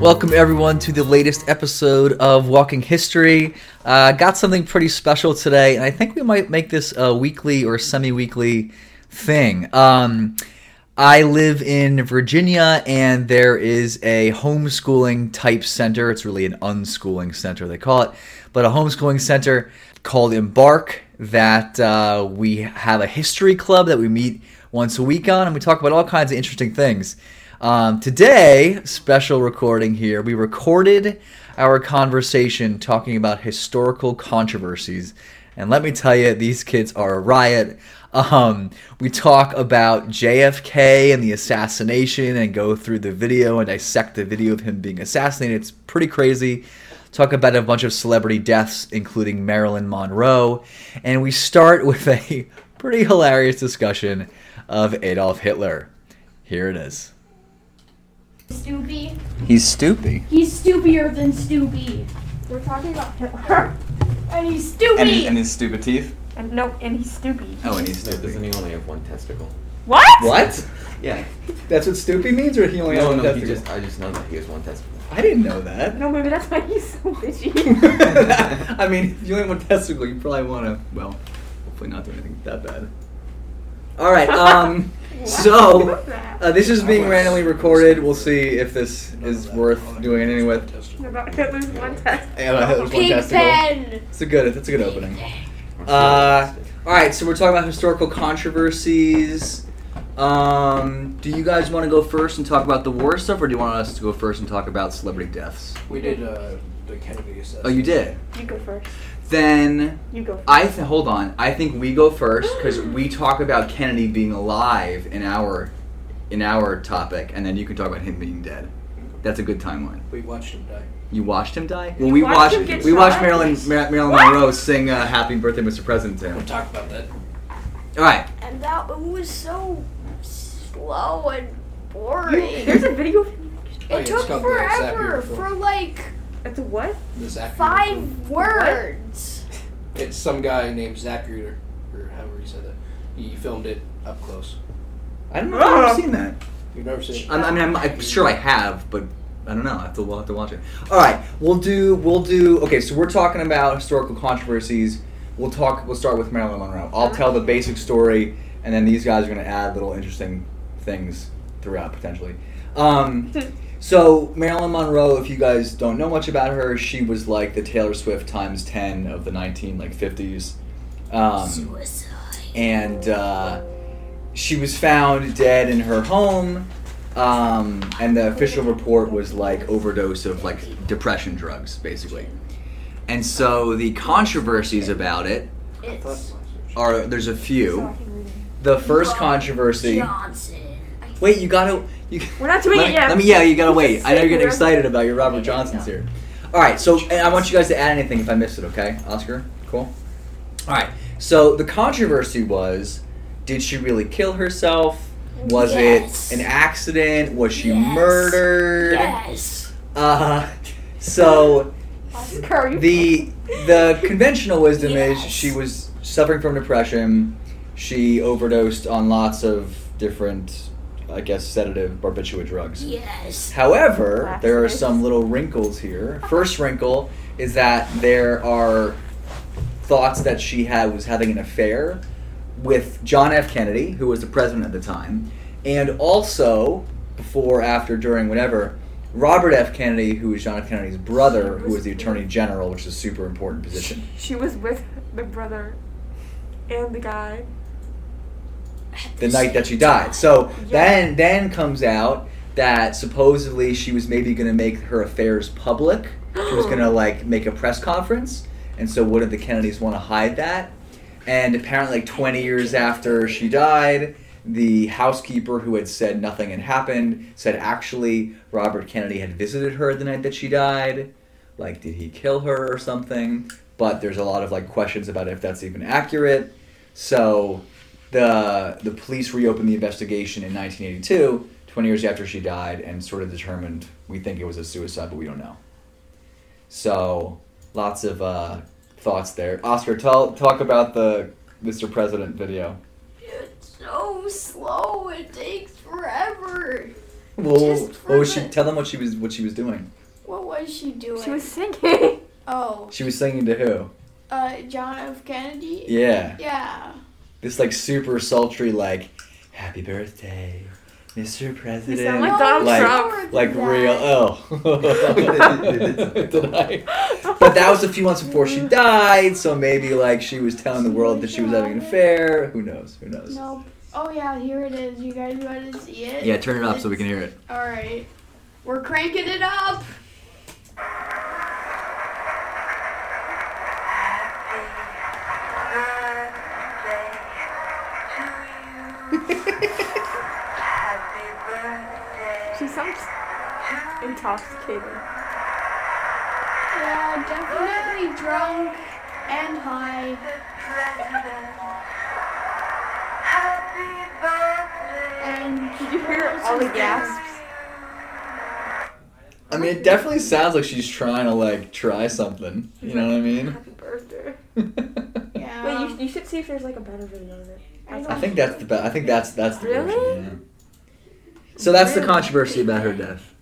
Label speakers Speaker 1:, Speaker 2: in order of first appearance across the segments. Speaker 1: Welcome everyone to the latest episode of Walking History. Uh, got something pretty special today, and I think we might make this a weekly or semi-weekly thing. Um, I live in Virginia, and there is a homeschooling type center. It's really an unschooling center, they call it, but a homeschooling center called Embark that uh, we have a history club that we meet once a week on, and we talk about all kinds of interesting things. Um, today, special recording here, we recorded our conversation talking about historical controversies. And let me tell you, these kids are a riot. Um, we talk about JFK and the assassination and go through the video and dissect the video of him being assassinated. It's pretty crazy. Talk about a bunch of celebrity deaths, including Marilyn Monroe. And we start with a pretty hilarious discussion of Adolf Hitler. Here it is.
Speaker 2: Stoopy.
Speaker 1: He's stoopy.
Speaker 2: He's stoopier than Stoopy. We're talking about Hitler. and he's
Speaker 3: And,
Speaker 2: Stoopy.
Speaker 3: and his stupid teeth.
Speaker 2: And no, and he's Stoopy.
Speaker 3: Oh, and he's
Speaker 4: No, doesn't
Speaker 3: stupid.
Speaker 4: he only have one testicle?
Speaker 2: What?
Speaker 1: What?
Speaker 4: Yeah.
Speaker 1: That's what stoopy means, or he only
Speaker 4: No,
Speaker 1: has Oh,
Speaker 4: no,
Speaker 1: one
Speaker 4: he
Speaker 1: testicle?
Speaker 4: just, I just know that he has one testicle.
Speaker 1: I didn't know that.
Speaker 2: No, maybe that's why he's so bitchy.
Speaker 1: I mean, if you only have one testicle, you probably want to. Well, hopefully not do anything that bad. All right. Um. so uh, this is being randomly recorded. We'll see if this is worth doing anything with.
Speaker 2: about Hitler's one test.
Speaker 1: Yeah, that was one
Speaker 2: Pig
Speaker 1: testicle.
Speaker 2: pen.
Speaker 1: It's a good. That's a good opening. Uh, all right, so we're talking about historical controversies. Um, do you guys want to go first and talk about the war stuff, or do you want us to go first and talk about celebrity deaths?
Speaker 5: We did uh, the Kennedy assessment.
Speaker 1: Oh, you did.
Speaker 2: You go first.
Speaker 1: Then
Speaker 2: You go. First.
Speaker 1: I th- hold on. I think we go first because we talk about Kennedy being alive in our in our topic, and then you can talk about him being dead. That's a good timeline.
Speaker 5: We watched him die.
Speaker 1: You watched him die.
Speaker 2: You
Speaker 1: Well, we
Speaker 2: watched
Speaker 1: watched
Speaker 2: him get
Speaker 1: we watched
Speaker 2: shot?
Speaker 1: Marilyn Mar- Marilyn
Speaker 2: What?
Speaker 1: Monroe sing uh, "Happy Birthday, Mr. President" to
Speaker 5: We'll
Speaker 1: him.
Speaker 5: talk about that.
Speaker 1: All right.
Speaker 6: and that it was so slow and boring.
Speaker 2: There's a video. of him.
Speaker 5: Oh, yeah,
Speaker 6: it
Speaker 5: it's
Speaker 6: took
Speaker 5: called the Zapier
Speaker 6: forever
Speaker 5: report.
Speaker 6: for like
Speaker 2: It's a what?
Speaker 5: The Zapier report.
Speaker 6: five words.
Speaker 5: It's some guy named Zapruder, or however he said that. He filmed it up close.
Speaker 1: I don't know if I've
Speaker 2: Ah.
Speaker 1: ever seen that.
Speaker 5: You've never seen it.
Speaker 1: I'm, I mean, I'm, I'm sure I have, but I don't know. I have to, we'll have to watch it. All right, we'll do. We'll do. Okay, so we're talking about historical controversies. We'll talk. We'll start with Marilyn Monroe. I'll tell the basic story, and then these guys are going to add little interesting things throughout potentially. Um, so Marilyn Monroe, if you guys don't know much about her, she was like the Taylor Swift times ten of the nineteen like fifties. Um,
Speaker 6: Suicide.
Speaker 1: and uh, she was found dead in her home. Um, and the official report was like overdose of like depression drugs, basically. And so the controversies about it
Speaker 6: It's
Speaker 1: are there's a
Speaker 2: So
Speaker 1: few.
Speaker 2: I can read it.
Speaker 1: The first controversy.
Speaker 6: Johnson. I
Speaker 1: Wait, you gotta. You,
Speaker 2: We're not doing
Speaker 1: let,
Speaker 2: it yet.
Speaker 1: Let me. Yeah, you gotta wait. I know you're getting
Speaker 2: Just saying
Speaker 1: excited about your Robert Johnson's here. All right, so and I want you guys to add anything if I missed it. Okay, Oscar. Cool. All right. So the controversy was: Did she really kill herself? Was
Speaker 6: Yes.
Speaker 1: it an accident? Was she
Speaker 6: Yes.
Speaker 1: murdered?
Speaker 6: Yes.
Speaker 1: Uh, so
Speaker 2: Oscar, are you
Speaker 1: the the conventional wisdom is
Speaker 6: Yes.
Speaker 1: she was suffering from depression. She overdosed on lots of different, I guess, sedative barbiturate drugs.
Speaker 6: Yes.
Speaker 1: However,
Speaker 2: Last
Speaker 1: there are
Speaker 2: words.
Speaker 1: some little wrinkles here. First wrinkle is that there are thoughts that she had was having an affair with John F. Kennedy, who was the president at the time, and also before, after, during, whatever, Robert F. Kennedy, who was John F. Kennedy's brother, who was the attorney general, which is a super important position.
Speaker 2: She was with the brother and the guy.
Speaker 1: the night that she died. So
Speaker 2: Yeah.
Speaker 1: then then comes out that supposedly she was maybe going to make her affairs public. She was going to like make a press conference, and so what did the Kennedys want to hide that? And apparently, like 20 years after she died, the housekeeper who had said nothing had happened said actually Robert Kennedy had visited her the night that she died. Like, did he kill her or something? But there's a lot of like questions about if that's even accurate. So the the police reopened the investigation in 1982, 20 years after she died, and sort of determined we think it was a suicide, but we don't know. So lots of uh, thoughts there. Oscar, tell talk about the Mr. President video.
Speaker 6: It's so slow. It takes forever.
Speaker 1: Well,
Speaker 6: Just
Speaker 1: what was she?
Speaker 6: prove it.
Speaker 1: Tell them what she was. What she was doing.
Speaker 6: What was she doing?
Speaker 3: She was singing.
Speaker 6: oh,
Speaker 1: She was singing to who?
Speaker 6: uh, John F. Kennedy.
Speaker 1: Yeah.
Speaker 6: Yeah.
Speaker 1: This like super sultry like, happy birthday, Mr.
Speaker 3: You
Speaker 1: President.
Speaker 3: sound like Donald
Speaker 1: like-
Speaker 3: Trump.
Speaker 1: like real oh Did I? but that was a few months before she died so maybe like she was telling the world that she was having an affair who knows who knows
Speaker 6: Nope. Oh yeah, here it is. You guys want to see it?
Speaker 1: yeah turn it up so we can hear it
Speaker 6: All right, we're cranking it up.
Speaker 3: She sounds intoxicated.
Speaker 6: Yeah, definitely drunk and high. And
Speaker 3: Did you hear all the gasps?
Speaker 1: i mean it definitely sounds like she's trying to like try something you know what i mean
Speaker 3: Happy birthday. Um,
Speaker 6: yeah.
Speaker 3: Wait, you, you should see if there's like a better video of it.
Speaker 6: I
Speaker 1: i think that's the best i think that's that's the version,
Speaker 3: Really?
Speaker 1: yeah. so that's the controversy about her death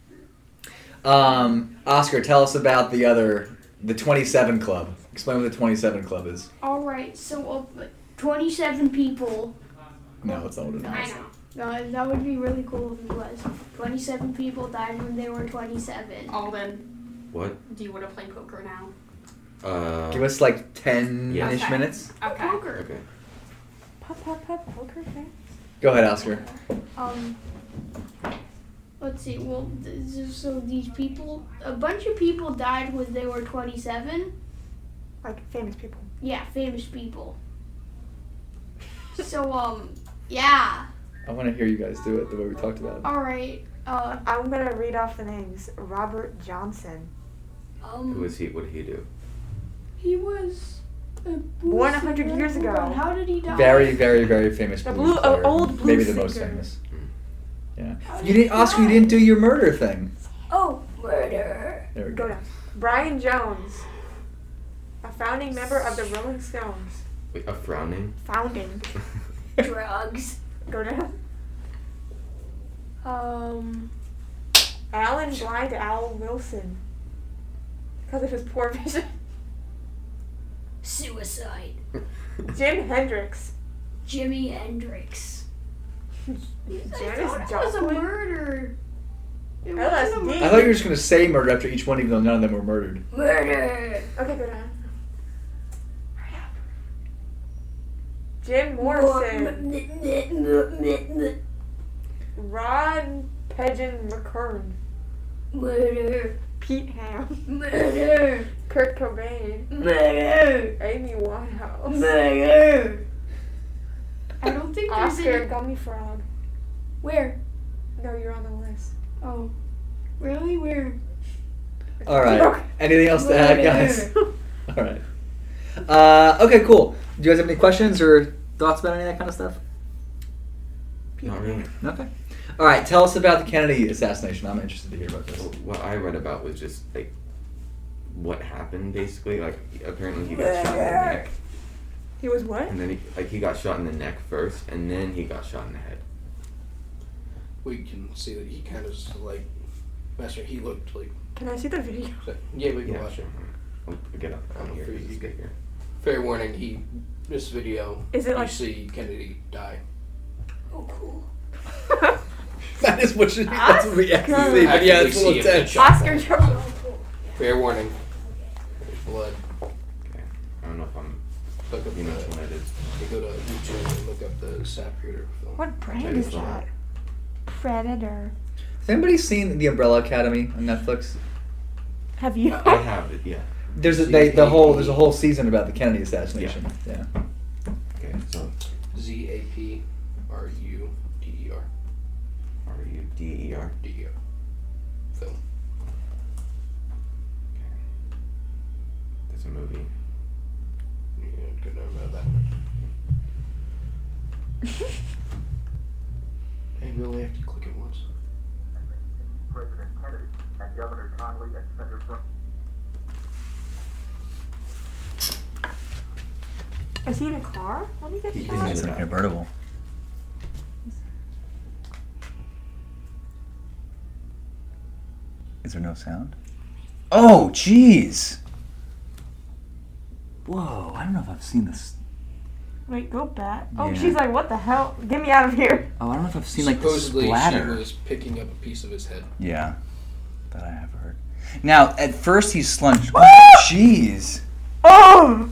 Speaker 1: um oscar tell us about the other the 27 club explain what the 27 club is
Speaker 6: All right, so uh, 27 people.
Speaker 1: no it's not what it is
Speaker 6: know. No, that would be really cool if it was. 27 people died when they were 27.
Speaker 7: Alden,
Speaker 4: What?
Speaker 7: do you want to play poker now?
Speaker 4: Uh,
Speaker 1: Give us like 10
Speaker 4: Yeah.
Speaker 1: ish
Speaker 7: Okay.
Speaker 1: minutes.
Speaker 3: Oh,
Speaker 7: Okay.
Speaker 6: Poker.
Speaker 4: okay.
Speaker 3: Pop, pop, pop, poker face.
Speaker 1: Go ahead, Oscar.
Speaker 6: Um, let's see. Well, this is- so these people, a bunch of people died when they were 27.
Speaker 3: Like famous people.
Speaker 6: Yeah, famous people. so um, yeah.
Speaker 1: I want to hear you guys do it the way we talked about
Speaker 6: All right. Uh,
Speaker 3: I'm gonna read off the names. Robert Johnson.
Speaker 4: Who
Speaker 6: um,
Speaker 4: is he? What did he do?
Speaker 6: he was. a blues
Speaker 3: 100
Speaker 6: singer.
Speaker 3: years
Speaker 6: Hold
Speaker 3: ago.
Speaker 6: on, How did he die?
Speaker 1: Very, very, very famous
Speaker 3: The
Speaker 1: blues
Speaker 3: blue- uh,
Speaker 1: player.
Speaker 3: old blues
Speaker 1: Maybe the most
Speaker 3: singer. Mm. Oh,
Speaker 1: famous. Yeah.
Speaker 6: How
Speaker 1: You
Speaker 6: did
Speaker 1: didn't,
Speaker 6: he
Speaker 1: Oscar, you
Speaker 6: die?
Speaker 1: didn't do your murder thing.
Speaker 6: Oh, murder.
Speaker 1: There we
Speaker 3: Go
Speaker 1: go.
Speaker 3: down. Brian Jones. A founding member of the Rolling Stones.
Speaker 4: Wait, a frowning?
Speaker 3: Founding.
Speaker 6: Drugs.
Speaker 3: Go down.
Speaker 6: Um.
Speaker 3: Alan Blind Owl Wilson. Because of his poor vision.
Speaker 6: Suicide.
Speaker 3: Jim Hendrix.
Speaker 6: Jimi Hendrix.
Speaker 3: Janis
Speaker 6: That was a
Speaker 3: Joplin.
Speaker 6: murder. It wasn't a murder.
Speaker 3: LSD.
Speaker 1: I thought you were just going to say murder after each one, even though none of them were murdered.
Speaker 6: Murder.
Speaker 3: Okay, go down. Jim Morrison. Rod Pigeon McCurn.
Speaker 6: Murder.
Speaker 3: Pete Ham.
Speaker 6: Murder.
Speaker 3: Kurt Cobain.
Speaker 6: Murder.
Speaker 3: Amy Winehouse.
Speaker 6: Murder. I don't think there's
Speaker 3: Oscar
Speaker 6: any.
Speaker 3: Gummy Frog.
Speaker 6: Where?
Speaker 3: No, you're on the list.
Speaker 6: Oh. Really? Where?
Speaker 1: All right. Anything else to add, guys?
Speaker 6: Murder.
Speaker 1: All right. Uh, okay, cool. Do you guys have any questions or thoughts about any of that kind of stuff?
Speaker 4: Not really.
Speaker 1: Okay. All right. Tell us about the Kennedy assassination. I'm interested to hear about this.
Speaker 4: What I read about was just like what happened basically. Like apparently he got shot in the neck,
Speaker 3: He was what?
Speaker 4: and then he, like he got shot in the neck first, and then he got shot in the head.
Speaker 5: We can see that he kind of was like, master. He looked like,
Speaker 3: Can I see the video?
Speaker 5: yeah, we can
Speaker 4: Yeah,
Speaker 5: watch it.
Speaker 4: sure. I'll get up. I'm here.
Speaker 5: Freeze.
Speaker 4: Just get here.
Speaker 5: Fair warning, he this video.
Speaker 3: Is it
Speaker 5: you
Speaker 3: like-
Speaker 5: see Kennedy die?
Speaker 6: Oh, cool.
Speaker 1: That is what she, that's what we actually
Speaker 3: Oscar.
Speaker 1: see. But yeah,
Speaker 5: Actually
Speaker 1: it's a little
Speaker 5: see him
Speaker 1: tense.
Speaker 5: get shot.
Speaker 3: Oscar Jones.
Speaker 5: Fair warning. There's blood.
Speaker 4: I don't know if I'm.
Speaker 5: Look up
Speaker 4: You know
Speaker 5: the.
Speaker 4: what it is.
Speaker 5: You go to YouTube and look up the Zapruder film.
Speaker 3: What
Speaker 4: That
Speaker 3: brand
Speaker 4: is
Speaker 3: is
Speaker 4: not-
Speaker 3: that? Predator.
Speaker 1: Has anybody seen The Umbrella Academy on Netflix?
Speaker 3: Have you?
Speaker 4: I have it. Yeah.
Speaker 1: There's a they, the whole there's a whole season about the Kennedy assassination. Yeah.
Speaker 4: Okay. So
Speaker 5: Z A P R U D E R
Speaker 4: R U D E R.
Speaker 5: D E R film.
Speaker 4: That's a movie.
Speaker 5: Yeah, good to know that one. hey, we only have to click it once.
Speaker 8: President Kennedy and Governor Connolly and Senator Brooks.
Speaker 3: Is he in a car? Let me get
Speaker 4: He
Speaker 3: shot.
Speaker 4: is. It's like a
Speaker 1: convertible.
Speaker 9: Is there no sound? Oh, jeez. Whoa, I don't know if I've seen this.
Speaker 3: Wait, go back.
Speaker 9: Yeah.
Speaker 3: Oh, she's like, what the hell? Get me out of here.
Speaker 9: Oh, I don't know if I've seen like the
Speaker 5: Supposedly, she
Speaker 9: splatter.
Speaker 5: was picking up a piece of his head.
Speaker 9: Yeah, that I have heard. Now, at first he slunched. Jeez.
Speaker 3: Oh,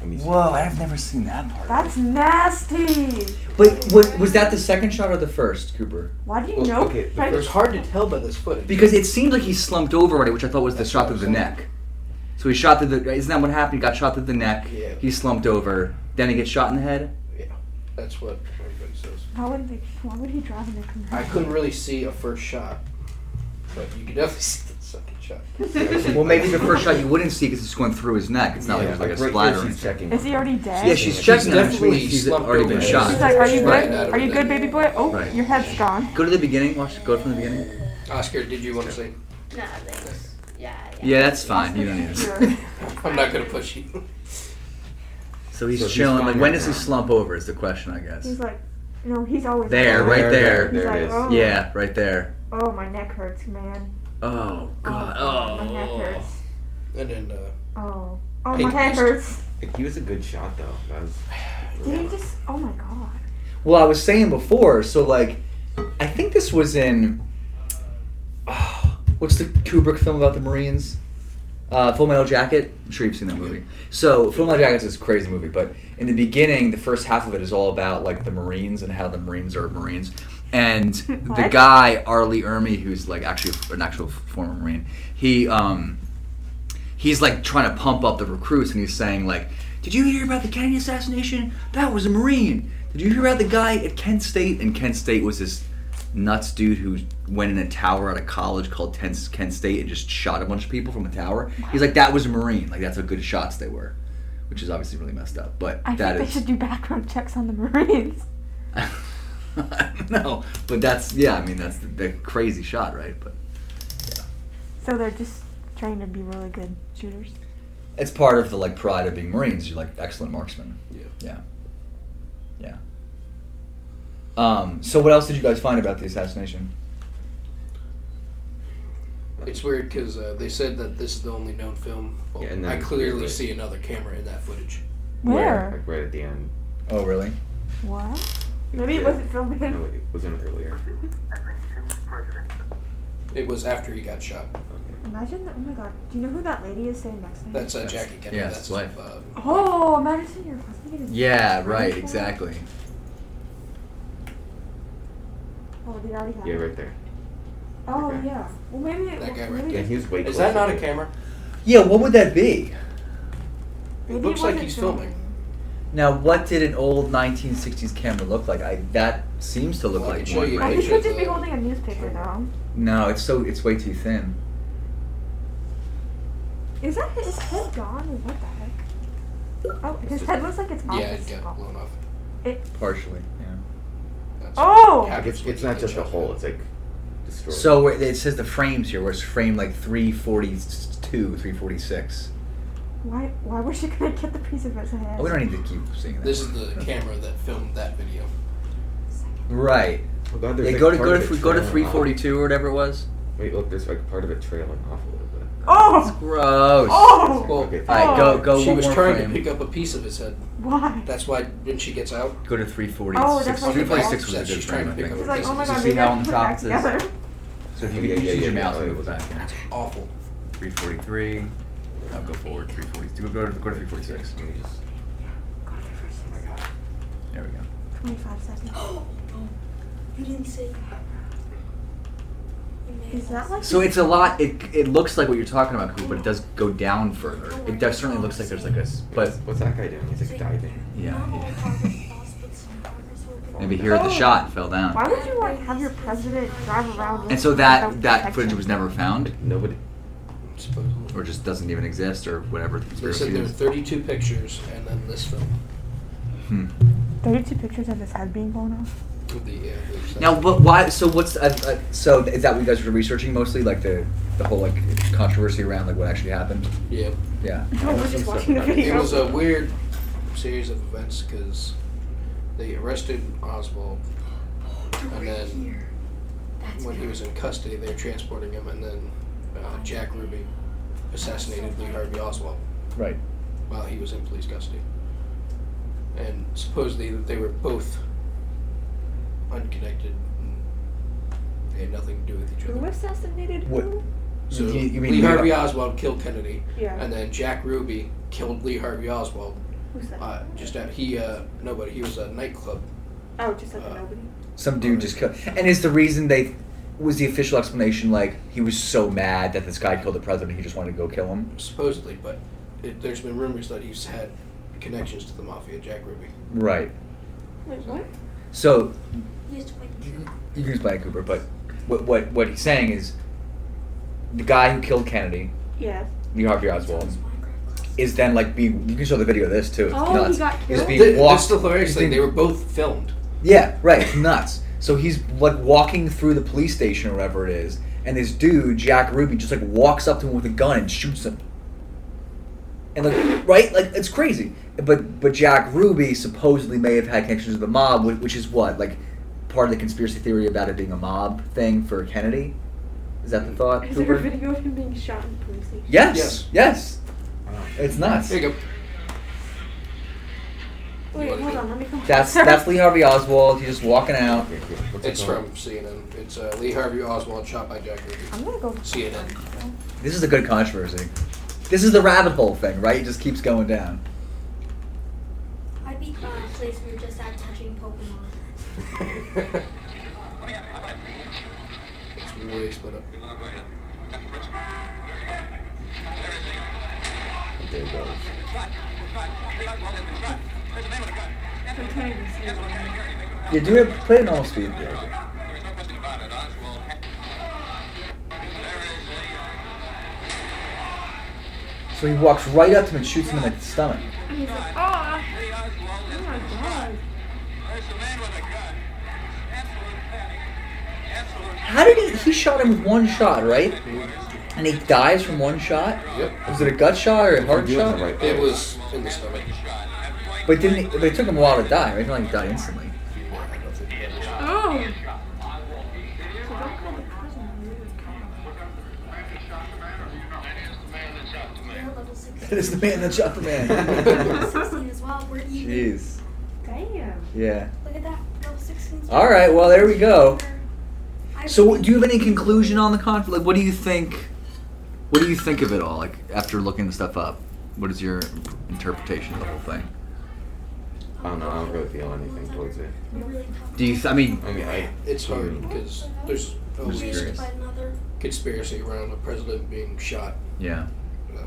Speaker 4: I mean,
Speaker 9: Whoa, I've never seen that part.
Speaker 3: that's nasty.
Speaker 1: But what, was that the second shot or the first, Cooper?
Speaker 3: Why do you
Speaker 5: Well,
Speaker 3: know?
Speaker 4: Oh, okay, the
Speaker 3: Right?
Speaker 5: It's hard to tell by this footage.
Speaker 1: Because it seemed like he slumped over already, which I thought was the shot through the neck. So he shot through the. Isn't that what happened? He got shot through the neck.
Speaker 5: Yeah.
Speaker 1: He slumped over. Then he gets shot in the head.
Speaker 5: That's what everybody says.
Speaker 3: How would they, why would he drive in a commercial?
Speaker 5: I couldn't really see a first shot, but you could definitely see the second shot.
Speaker 1: Well, maybe the first shot you wouldn't see because it's going through his neck. It's not like
Speaker 4: yeah,
Speaker 1: it was like, a
Speaker 4: right
Speaker 1: splatter.
Speaker 4: there
Speaker 1: or
Speaker 4: she's
Speaker 1: anything.
Speaker 4: checking.
Speaker 3: Is he already dead?
Speaker 1: yeah, she's
Speaker 4: She's
Speaker 1: checking him, which
Speaker 5: definitely
Speaker 1: means she's
Speaker 5: slumped
Speaker 1: already been
Speaker 5: over.
Speaker 1: shot.
Speaker 3: She's like, are you
Speaker 5: She's
Speaker 3: good?
Speaker 5: right out of
Speaker 3: Are you
Speaker 5: the-
Speaker 3: good, baby boy? Oh,
Speaker 1: Right.
Speaker 3: your head's gone.
Speaker 1: Go to the beginning. Watch. Go from the beginning.
Speaker 5: Oscar, did you want to say?
Speaker 10: Nah, thanks. Yeah, yeah.
Speaker 1: Yeah, that's fine. You don't need it.
Speaker 5: I'm not gonna push you.
Speaker 1: So he's
Speaker 4: So he's
Speaker 1: chilling.
Speaker 4: fine
Speaker 1: Like, when
Speaker 4: right
Speaker 1: does he
Speaker 4: now.
Speaker 1: slump over? Is the question, I guess.
Speaker 3: He's like, no, he's always
Speaker 1: There,
Speaker 3: gone.
Speaker 1: right there.
Speaker 4: There, there it is.
Speaker 3: Oh.
Speaker 1: Yeah, right there.
Speaker 3: Oh, my neck hurts, man.
Speaker 1: Oh
Speaker 3: Oh,
Speaker 1: God.
Speaker 3: my neck
Speaker 1: Oh.
Speaker 3: hurts.
Speaker 5: And then, uh,
Speaker 3: Oh, oh,
Speaker 5: Hey,
Speaker 3: my head
Speaker 5: Mr.
Speaker 3: hurts.
Speaker 4: Like, he was a good shot though. That was.
Speaker 3: Did he just? Oh my god.
Speaker 1: Well, I was saying before, so like, I think this was in. Oh, what's the Kubrick film about the Marines? Uh, Full Metal Jacket. I'm sure you've seen that movie. So Full Metal Jacket's this crazy movie, but in the beginning, the first half of it is all about like the Marines and how the Marines are Marines. And the
Speaker 3: What?
Speaker 1: guy Arlie Ermy, who's like actually an actual former Marine, he um, he's like trying to pump up the recruits and he's saying like did you hear about the kennedy assassination that was a marine did you hear about the guy at kent state and kent state was this nuts dude who went in a tower at a college called Ten- kent state and just shot a bunch of people from a tower he's like that was a marine like that's how good shots they were which is obviously really messed up but
Speaker 3: I
Speaker 1: that
Speaker 3: think
Speaker 1: is
Speaker 3: they should do background checks on the Marines.
Speaker 1: no but that's yeah i mean that's the, the crazy shot right but
Speaker 3: So they're just trying to be really good shooters.
Speaker 1: it's part of the like pride of being Marines. You're like excellent marksman.
Speaker 5: Yeah.
Speaker 1: Yeah. Yeah. Um, so what else did you guys find about the assassination?
Speaker 5: it's weird because uh, they said that this is the only known film. Well,
Speaker 4: Yeah, and then
Speaker 5: I
Speaker 4: it's
Speaker 5: clearly
Speaker 4: weird,
Speaker 5: see another camera in that footage.
Speaker 3: Where?
Speaker 4: Like right at the end.
Speaker 1: Oh really?
Speaker 3: What? Maybe it
Speaker 4: Yeah.
Speaker 3: wasn't filmed
Speaker 4: No,
Speaker 3: in.
Speaker 4: it wasn't earlier.
Speaker 8: and then two presidents.
Speaker 5: It was after he got shot.
Speaker 3: Mm-hmm. Imagine that. Oh my god. Do you know who that lady is standing next to him?
Speaker 5: That's uh, Jackie Kennedy.
Speaker 1: Yeah,
Speaker 5: that's
Speaker 1: that's why.
Speaker 5: Uh,
Speaker 3: Oh, imagine seeing your husband. get
Speaker 1: Yeah, right,
Speaker 3: Right.
Speaker 1: exactly.
Speaker 3: Oh, they already have.
Speaker 4: Yeah,
Speaker 3: it.
Speaker 4: right there.
Speaker 3: Oh
Speaker 4: Okay.
Speaker 3: yeah. Well, maybe. It,
Speaker 5: That guy right
Speaker 3: maybe
Speaker 4: Yeah,
Speaker 3: it-
Speaker 4: he was way
Speaker 5: is
Speaker 4: closer
Speaker 5: that not
Speaker 4: to
Speaker 5: a
Speaker 4: it.
Speaker 5: camera?
Speaker 1: Yeah, what would that be?
Speaker 5: It
Speaker 3: maybe
Speaker 5: looks like
Speaker 3: wasn't
Speaker 5: he's
Speaker 3: filmed.
Speaker 5: filming.
Speaker 1: Now what did an old nineteen sixties camera look like? I that seems to look
Speaker 5: Well, I
Speaker 1: like
Speaker 5: can show
Speaker 1: one.
Speaker 5: you a
Speaker 1: right?
Speaker 3: I think he
Speaker 5: picture
Speaker 3: could
Speaker 5: of
Speaker 3: just be
Speaker 5: the-
Speaker 3: holding a newspaper though.
Speaker 1: No, it's so it's way too thin.
Speaker 3: Is that his head gone? or What the heck? Oh, his
Speaker 4: just-
Speaker 3: head looks like it's off.
Speaker 5: Yeah, it
Speaker 3: his
Speaker 5: got
Speaker 3: skull.
Speaker 5: blown off.
Speaker 1: Partially. Yeah.
Speaker 5: That's
Speaker 3: Oh!
Speaker 5: how
Speaker 4: Like, it's, it's not just a hole. It's like destroyed.
Speaker 1: So it it says the frames here where it's frame like three forty two, three forty six.
Speaker 3: Why? Why was she gonna get the piece of his head?
Speaker 1: Oh, we don't need to keep seeing that.
Speaker 5: This is the camera that filmed that video.
Speaker 1: Right.
Speaker 4: Oh, God, there's,
Speaker 1: Yeah,
Speaker 4: like,
Speaker 1: go to
Speaker 4: part
Speaker 1: go
Speaker 4: of
Speaker 1: to
Speaker 4: it
Speaker 1: go to
Speaker 4: trailing
Speaker 1: three
Speaker 4: off.
Speaker 1: forty two or whatever it was.
Speaker 4: Wait, look. There's like part of it trailing off a little bit.
Speaker 3: Oh!
Speaker 1: Gross.
Speaker 3: Oh!
Speaker 5: Well,
Speaker 4: Okay,
Speaker 1: All right, go go
Speaker 5: she
Speaker 1: one
Speaker 5: was
Speaker 1: more
Speaker 5: trying
Speaker 1: frame.
Speaker 5: to pick up a piece of his head.
Speaker 3: Why?
Speaker 5: That's why when she gets out,
Speaker 1: Go to three forty.
Speaker 3: Oh, that's why
Speaker 1: three
Speaker 3: she
Speaker 1: forty
Speaker 3: lost
Speaker 1: six was a
Speaker 5: that.
Speaker 1: good
Speaker 5: She's trying
Speaker 1: frame,
Speaker 5: to
Speaker 1: I
Speaker 5: pick
Speaker 1: think.
Speaker 3: She's
Speaker 5: up-
Speaker 3: like, oh my
Speaker 1: Does it
Speaker 3: god,
Speaker 1: see
Speaker 3: maybe
Speaker 1: how
Speaker 3: I
Speaker 1: on
Speaker 3: can put
Speaker 1: the
Speaker 3: it
Speaker 1: top
Speaker 3: back
Speaker 1: it says-
Speaker 3: together.
Speaker 1: So if
Speaker 4: Yeah,
Speaker 1: Oh. you,
Speaker 4: yeah,
Speaker 1: if you
Speaker 4: yeah,
Speaker 1: use your
Speaker 4: yeah,
Speaker 1: mouse,
Speaker 4: yeah.
Speaker 1: it'll go back.
Speaker 5: awful.
Speaker 1: Three forty three. Now go forward. Three forty two. Go to go to three forty six.
Speaker 4: Let me just-
Speaker 3: God, the first
Speaker 4: oh my God.
Speaker 1: There we go.
Speaker 3: 25 seconds.
Speaker 6: You didn't say. You may
Speaker 3: Is
Speaker 6: have
Speaker 3: that like?
Speaker 1: So it's a lot. It it looks like what you're talking about, Coop, but it does go down further. It does, certainly looks like there's like a s- but
Speaker 4: what's that guy doing? He's like diving.
Speaker 1: yeah.
Speaker 6: not all
Speaker 1: yeah.
Speaker 6: progress lost, but some progress will be-
Speaker 1: Maybe here at the shot fell
Speaker 3: Why
Speaker 1: down,
Speaker 3: would you want to have your president drive around? with
Speaker 1: and so
Speaker 3: without
Speaker 1: that that
Speaker 3: protection?
Speaker 1: footage was never found,
Speaker 4: Nobody.
Speaker 5: Supposedly.
Speaker 1: or just doesn't even exist, or whatever. the
Speaker 5: They
Speaker 1: conspiracy
Speaker 5: said there were
Speaker 1: is.
Speaker 5: 32 pictures, and then this film.
Speaker 1: Hmm.
Speaker 3: 32 pictures of his head being blown off.
Speaker 5: With the, uh, the-
Speaker 1: Now, but why? So what's uh, uh, so is that what you guys were researching mostly, like the the whole like controversy around like what actually happened?
Speaker 5: yeah,
Speaker 1: Yeah.
Speaker 3: No, we're just
Speaker 4: Some
Speaker 3: watching the
Speaker 4: stuff about it.
Speaker 5: it
Speaker 3: video.
Speaker 5: was a weird series of events because they arrested Oswald, and then
Speaker 6: That's
Speaker 5: when he was in custody, they were transporting him, and then uh, Jack Ruby assassinated Lee Harvey Oswald
Speaker 7: Right.
Speaker 5: while he was in police custody. And supposedly that they were both unconnected and they had nothing to do with each
Speaker 3: Who
Speaker 5: other.
Speaker 3: assassinated
Speaker 1: What?
Speaker 3: who?
Speaker 5: So
Speaker 7: You- you mean
Speaker 5: Lee
Speaker 7: Lee Har-
Speaker 5: Harvey Oswald killed Kennedy,
Speaker 3: Yeah.
Speaker 5: and then Jack Ruby killed Lee Harvey Oswald.
Speaker 3: Who's that?
Speaker 5: Uh, just at he uh, nobody. He was a nightclub.
Speaker 3: oh, just like
Speaker 5: uh,
Speaker 3: a nobody.
Speaker 1: Some dude just killed. And is the reason they was the official explanation like he was so mad that this guy killed the president he just wanted to go kill him?
Speaker 5: supposedly, but it, there's been rumors that he's had connections to the mafia, Jack Ruby.
Speaker 1: Right.
Speaker 3: Wait, what?
Speaker 1: So
Speaker 2: Just wait.
Speaker 1: you can explain it, Cooper, but what what what he's saying is the guy who killed Kennedy,
Speaker 3: Yes.
Speaker 1: Lee Harvey Oswald, is then like being. You can show the video of this too. It's
Speaker 3: Oh, he
Speaker 1: nuts.
Speaker 3: got
Speaker 1: He's
Speaker 3: killed?
Speaker 1: being
Speaker 5: Th-
Speaker 1: walked.
Speaker 5: That's the hilarious
Speaker 1: he's
Speaker 5: thing.
Speaker 1: being-
Speaker 5: They were both filmed.
Speaker 1: Yeah, right. It's nuts. So he's like walking through the police station or whatever it is, and this dude Jack Ruby just like walks up to him with a gun and shoots him. And like, right, like it's crazy. But but Jack Ruby supposedly may have had connections to the mob, whi- which is what like part of the conspiracy theory about it being a mob thing for Kennedy. Is that the thought?
Speaker 3: Is there a
Speaker 1: Cooper?
Speaker 3: video of him being shot in the police station?
Speaker 1: Yes, yes.
Speaker 4: Wow.
Speaker 1: It's nuts.
Speaker 5: There you go.
Speaker 3: Wait, hold on. Let me come.
Speaker 1: That's that's Lee Harvey Oswald. He's just walking out.
Speaker 4: Okay, cool. What's it
Speaker 5: It's
Speaker 4: called?
Speaker 5: from CNN. It's uh, Lee Harvey Oswald shot by Jack Ruby.
Speaker 3: I'm gonna go.
Speaker 5: CNN.
Speaker 1: This is a good controversy. This is the rabbit hole thing, right? It just keeps going down.
Speaker 2: I'd be in a place where just at touching Pokemon.
Speaker 5: it's really split up.
Speaker 4: There it goes.
Speaker 3: I can't even see it.
Speaker 1: Yeah, do it. Play it normal speed. So he walks right up to him and shoots him in the stomach.
Speaker 6: And he's like, ah.
Speaker 3: Oh my god.
Speaker 1: How did he? He shot him with one shot, right? And he dies from one shot.
Speaker 5: Yep.
Speaker 1: Was it a gut shot or a heart
Speaker 4: You have
Speaker 1: shot?
Speaker 4: the right
Speaker 5: It
Speaker 4: place.
Speaker 5: was in the stomach.
Speaker 1: But didn't? He, but it took him a while to die. Right? He didn't like die instantly.
Speaker 5: Yeah, I don't think it was.
Speaker 3: Oh.
Speaker 4: Oh,
Speaker 2: You're level 16.
Speaker 1: That is the man that shot the man.
Speaker 2: level 16 as well. We're even.
Speaker 1: Jeez.
Speaker 3: Damn.
Speaker 1: Yeah.
Speaker 2: Look at that. Level 16.
Speaker 1: All right. Well, there we go.
Speaker 2: I-
Speaker 7: So, what- do you have any conclusion on the conflict? Like, what do you think? What do you think of it all? Like, after looking the stuff up, what is your interpretation of the whole thing?
Speaker 4: I don't know. I don't really feel anything towards it.
Speaker 7: Do you? Th- I mean,
Speaker 4: I mean, I.
Speaker 5: It's hard because there's
Speaker 7: Just
Speaker 5: always
Speaker 7: curious.
Speaker 2: By another.
Speaker 5: conspiracy around a president being shot.
Speaker 7: yeah.
Speaker 5: You know.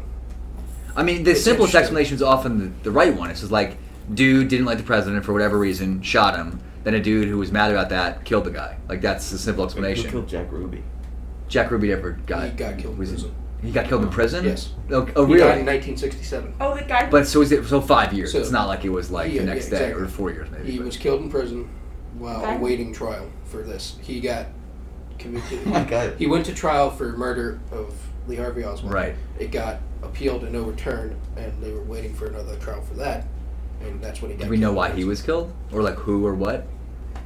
Speaker 7: I mean, the
Speaker 5: It's
Speaker 7: simplest
Speaker 5: interesting.
Speaker 7: explanation is often the, the right one. It's just like, dude didn't like the president for whatever reason, shot him. Then a dude who was mad about that killed the guy. Like, that's the simple
Speaker 4: Who
Speaker 7: explanation.
Speaker 4: killed Jack Ruby?
Speaker 7: Jack Ruby ever got
Speaker 5: He got killed in
Speaker 7: was it-
Speaker 5: prison.
Speaker 7: He got killed in prison.
Speaker 5: Yes.
Speaker 7: Oh, oh,
Speaker 5: He died in
Speaker 7: really?
Speaker 5: 1967.
Speaker 3: Oh, the guy.
Speaker 7: But so is it? So five years.
Speaker 5: So-
Speaker 7: it's not like it was like
Speaker 5: Yeah,
Speaker 7: the
Speaker 5: yeah,
Speaker 7: next day
Speaker 5: exactly.
Speaker 7: or four years maybe.
Speaker 5: He
Speaker 7: but-
Speaker 5: was killed in prison while
Speaker 3: Okay.
Speaker 5: awaiting trial for this. He got convicted.
Speaker 4: Oh my God.
Speaker 5: He went to trial for murder of Lee Harvey Oswald.
Speaker 7: right.
Speaker 5: It got appealed and overturned, and they were waiting for another trial for that, and that's when he got.
Speaker 7: Do we know
Speaker 5: killed in
Speaker 7: why he
Speaker 5: prison.
Speaker 7: was killed, or like who or what?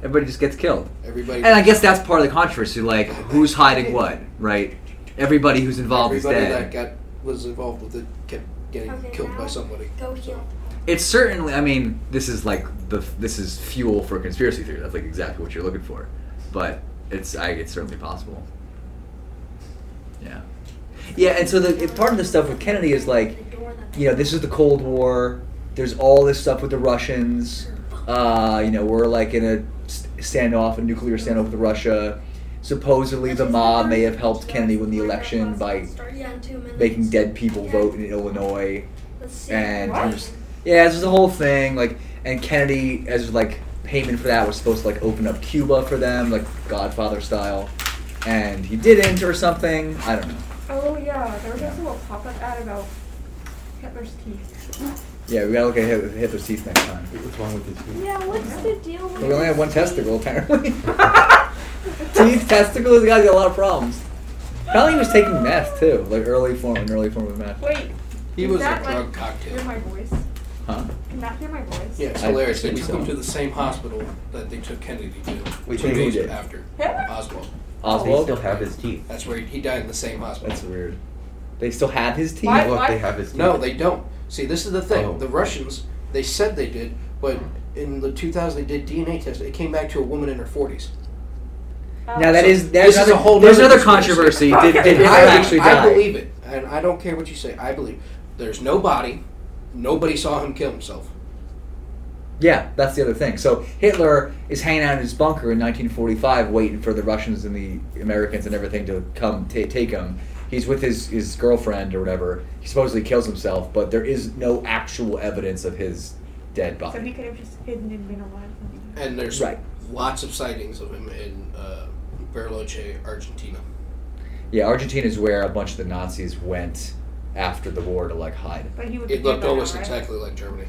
Speaker 7: Everybody just gets killed,
Speaker 5: Everybody.
Speaker 7: and I guess that's part of the controversy. Like, who's hiding what? Right. Everybody who's involved
Speaker 5: everybody
Speaker 7: is dead.
Speaker 5: that got was involved with it kept getting
Speaker 2: Okay,
Speaker 5: killed by
Speaker 2: now-
Speaker 5: somebody.
Speaker 2: Go heal.
Speaker 7: it's certainly i mean this is like the this is fuel for conspiracy theory that's like exactly what you're looking for but it's i it's certainly possible yeah
Speaker 1: Yeah, and so the it- part of the stuff with Kennedy is like, you know, this is the Cold War. There's all this stuff with the Russians. Uh, you know, we're like in a s- standoff, a nuclear standoff with Russia. Supposedly, the mob may have helped Kennedy win the election by
Speaker 2: Yeah, in two minutes.
Speaker 1: making dead people vote in Illinois.
Speaker 2: Let's see.
Speaker 1: And
Speaker 3: What?
Speaker 1: there's- yeah, this is the whole thing. Like, and Kennedy, as like payment for that, was supposed to like open up Cuba for them, like Godfather style, and he didn't or something. I don't know.
Speaker 3: Oh yeah, there was also a pop-up ad about Hitler's teeth.
Speaker 1: Yeah, we gotta look at Hit- Hitler's teeth next time.
Speaker 4: What's wrong with his teeth?
Speaker 2: Yeah, what's the deal with
Speaker 1: But we only have one testicle, apparently. Teeth, testicles, you guys got a lot of problems. Probably he was taking meth, too. Like, early form, an early form of meth.
Speaker 3: Wait,
Speaker 5: He
Speaker 3: Is
Speaker 5: was a
Speaker 3: that like-
Speaker 5: drug
Speaker 3: hear
Speaker 5: cocktail.
Speaker 3: my voice?
Speaker 1: Huh?
Speaker 3: Can that hear my voice?
Speaker 5: Yeah, it's
Speaker 1: I
Speaker 5: hilarious. They
Speaker 1: think
Speaker 5: took
Speaker 1: so.
Speaker 5: him to the same hospital that they took Kennedy to.
Speaker 4: Wait,
Speaker 5: two
Speaker 4: they
Speaker 5: days
Speaker 4: did.
Speaker 5: after
Speaker 3: Hitler?
Speaker 5: Oswald.
Speaker 4: Oh,
Speaker 1: Oswald?
Speaker 4: they still have his teeth.
Speaker 5: That's where he, he died in the same hospital.
Speaker 4: That's weird.
Speaker 1: They still have his teeth.
Speaker 3: Why-
Speaker 4: Look,
Speaker 3: why-
Speaker 4: they have his teeth.
Speaker 5: No, they don't. See, this is the thing.
Speaker 4: Oh.
Speaker 5: The Russians, they said they did, but in the 2000 they did DNA tests. It came back to a woman in her 40s.
Speaker 1: Now that is
Speaker 5: This
Speaker 1: there's
Speaker 5: is
Speaker 1: another
Speaker 5: a whole
Speaker 1: there's
Speaker 5: nother
Speaker 1: another
Speaker 5: conspiracy.
Speaker 1: controversy. Did, did
Speaker 5: And
Speaker 1: Hiram
Speaker 5: I,
Speaker 1: actually
Speaker 5: I
Speaker 1: die?
Speaker 5: believe it, and I don't care what you say. I believe there's no body. Nobody saw him kill himself.
Speaker 1: Yeah, that's the other thing. So Hitler is hanging out in his bunker in 1945, waiting for the Russians and the Americans and everything to come ta take him. He's with his, his girlfriend or whatever. He supposedly kills himself, but there is no actual evidence of his dead
Speaker 3: So he
Speaker 1: body.
Speaker 3: could have just hidden and been alive.
Speaker 5: And there's
Speaker 1: Right.
Speaker 5: lots of sightings of him in uh, Bariloche, Argentina.
Speaker 1: Yeah, Argentina is where a bunch of the Nazis went after the war to like hide.
Speaker 3: But he would be
Speaker 5: It looked
Speaker 3: dead by now,
Speaker 5: almost
Speaker 3: right?
Speaker 5: exactly like Germany,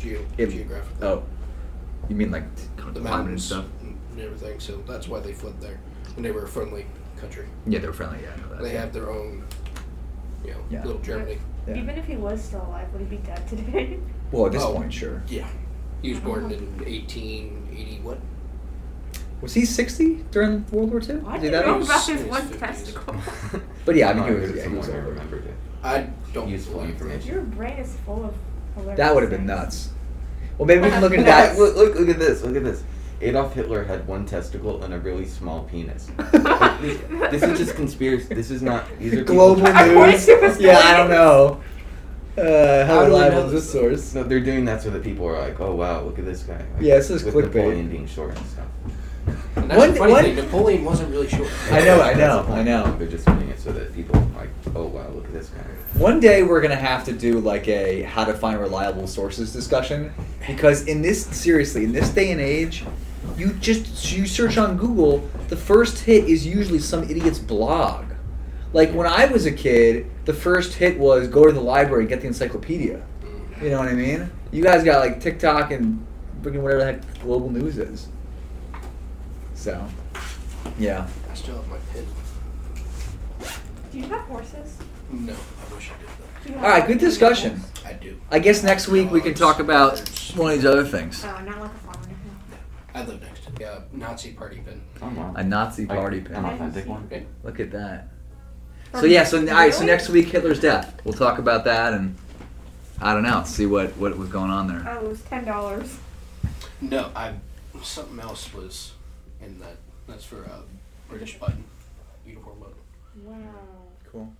Speaker 5: geo-
Speaker 1: It-
Speaker 5: geographically.
Speaker 1: Oh, you mean like kind
Speaker 5: the
Speaker 1: of climate and
Speaker 5: mountains
Speaker 7: stuff.
Speaker 5: and everything. So that's why they fled there, and they were a friendly country.
Speaker 7: Yeah, they were friendly. Yeah, I know that.
Speaker 5: They have their own, you know,
Speaker 1: Yeah.
Speaker 5: little Germany.
Speaker 1: Yeah.
Speaker 2: Even if he was still alive, would he be dead today?
Speaker 1: Well, at this
Speaker 5: Oh.
Speaker 1: point, sure.
Speaker 5: Yeah, he was born in 1880. What?
Speaker 1: Was he 60 during World War II?
Speaker 2: Why
Speaker 1: Did
Speaker 2: do you
Speaker 1: that-
Speaker 2: know
Speaker 5: was-
Speaker 2: about his
Speaker 5: it was
Speaker 2: one
Speaker 5: 50s.
Speaker 2: testicle?
Speaker 1: But yeah, I mean,
Speaker 4: No,
Speaker 1: he was- yeah, he
Speaker 4: someone
Speaker 1: was
Speaker 4: I
Speaker 1: older.
Speaker 4: remembered it.
Speaker 5: I don't.
Speaker 4: Useful information.
Speaker 2: Your brain is full of hilarious
Speaker 1: That would have been
Speaker 2: things.
Speaker 1: nuts. Well, maybe we can look
Speaker 4: Look,
Speaker 1: into that.
Speaker 4: look, look, look at this. Look at this. Adolf Hitler had one testicle and a really small penis. Like, this, this is just conspiracy. This is not. These are people-
Speaker 1: global news.
Speaker 2: to his
Speaker 1: Yeah, I don't know. Uh, how
Speaker 4: How do we
Speaker 1: reliable
Speaker 4: know
Speaker 1: is this
Speaker 4: this?
Speaker 1: source?
Speaker 4: No, they're doing that so that people are like, oh wow, look at this guy. Like,
Speaker 1: Yeah, this is
Speaker 4: with
Speaker 1: clickbait.
Speaker 4: Napoleon being short and stuff.
Speaker 5: And that's
Speaker 1: One-
Speaker 5: the funny
Speaker 1: one-
Speaker 5: thing. Napoleon wasn't really sure.
Speaker 1: I know, I
Speaker 4: That's
Speaker 1: know,
Speaker 4: the
Speaker 1: I
Speaker 4: point.
Speaker 1: know.
Speaker 4: They're just doing it so that people are like, oh wow, look at this guy.
Speaker 1: One day we're gonna have to do like a how to find reliable sources discussion because in this seriously in this day and age, you just you search on Google, the first hit is usually some idiot's blog. Like when I was a kid, the first hit was go to the library and get the encyclopedia. You know what I mean? You guys got like TikTok and freaking whatever the heck global news is. So, yeah.
Speaker 5: I still have my pin.
Speaker 3: Do you have horses?
Speaker 5: No, I wish I did. Though.
Speaker 3: Do you have
Speaker 1: All right,
Speaker 3: horses?
Speaker 1: good discussion.
Speaker 5: I do.
Speaker 1: I guess next week we can talk about
Speaker 7: One of these other things.
Speaker 3: Oh, not like a farmer. no.
Speaker 5: I live next to yeah, Nazi party pin.
Speaker 4: I'm
Speaker 7: A
Speaker 4: on.
Speaker 7: Nazi party
Speaker 4: An
Speaker 7: pin.
Speaker 4: authentic one.
Speaker 7: Look at that. So yeah, so all right, so next week Hitler's death. We'll talk about that and I don't know, see what what was going on there.
Speaker 3: Oh, it was ten dollars.
Speaker 5: No, I something else was in that. That's for a British button, uh, uniform button.
Speaker 3: Wow.
Speaker 1: Cool.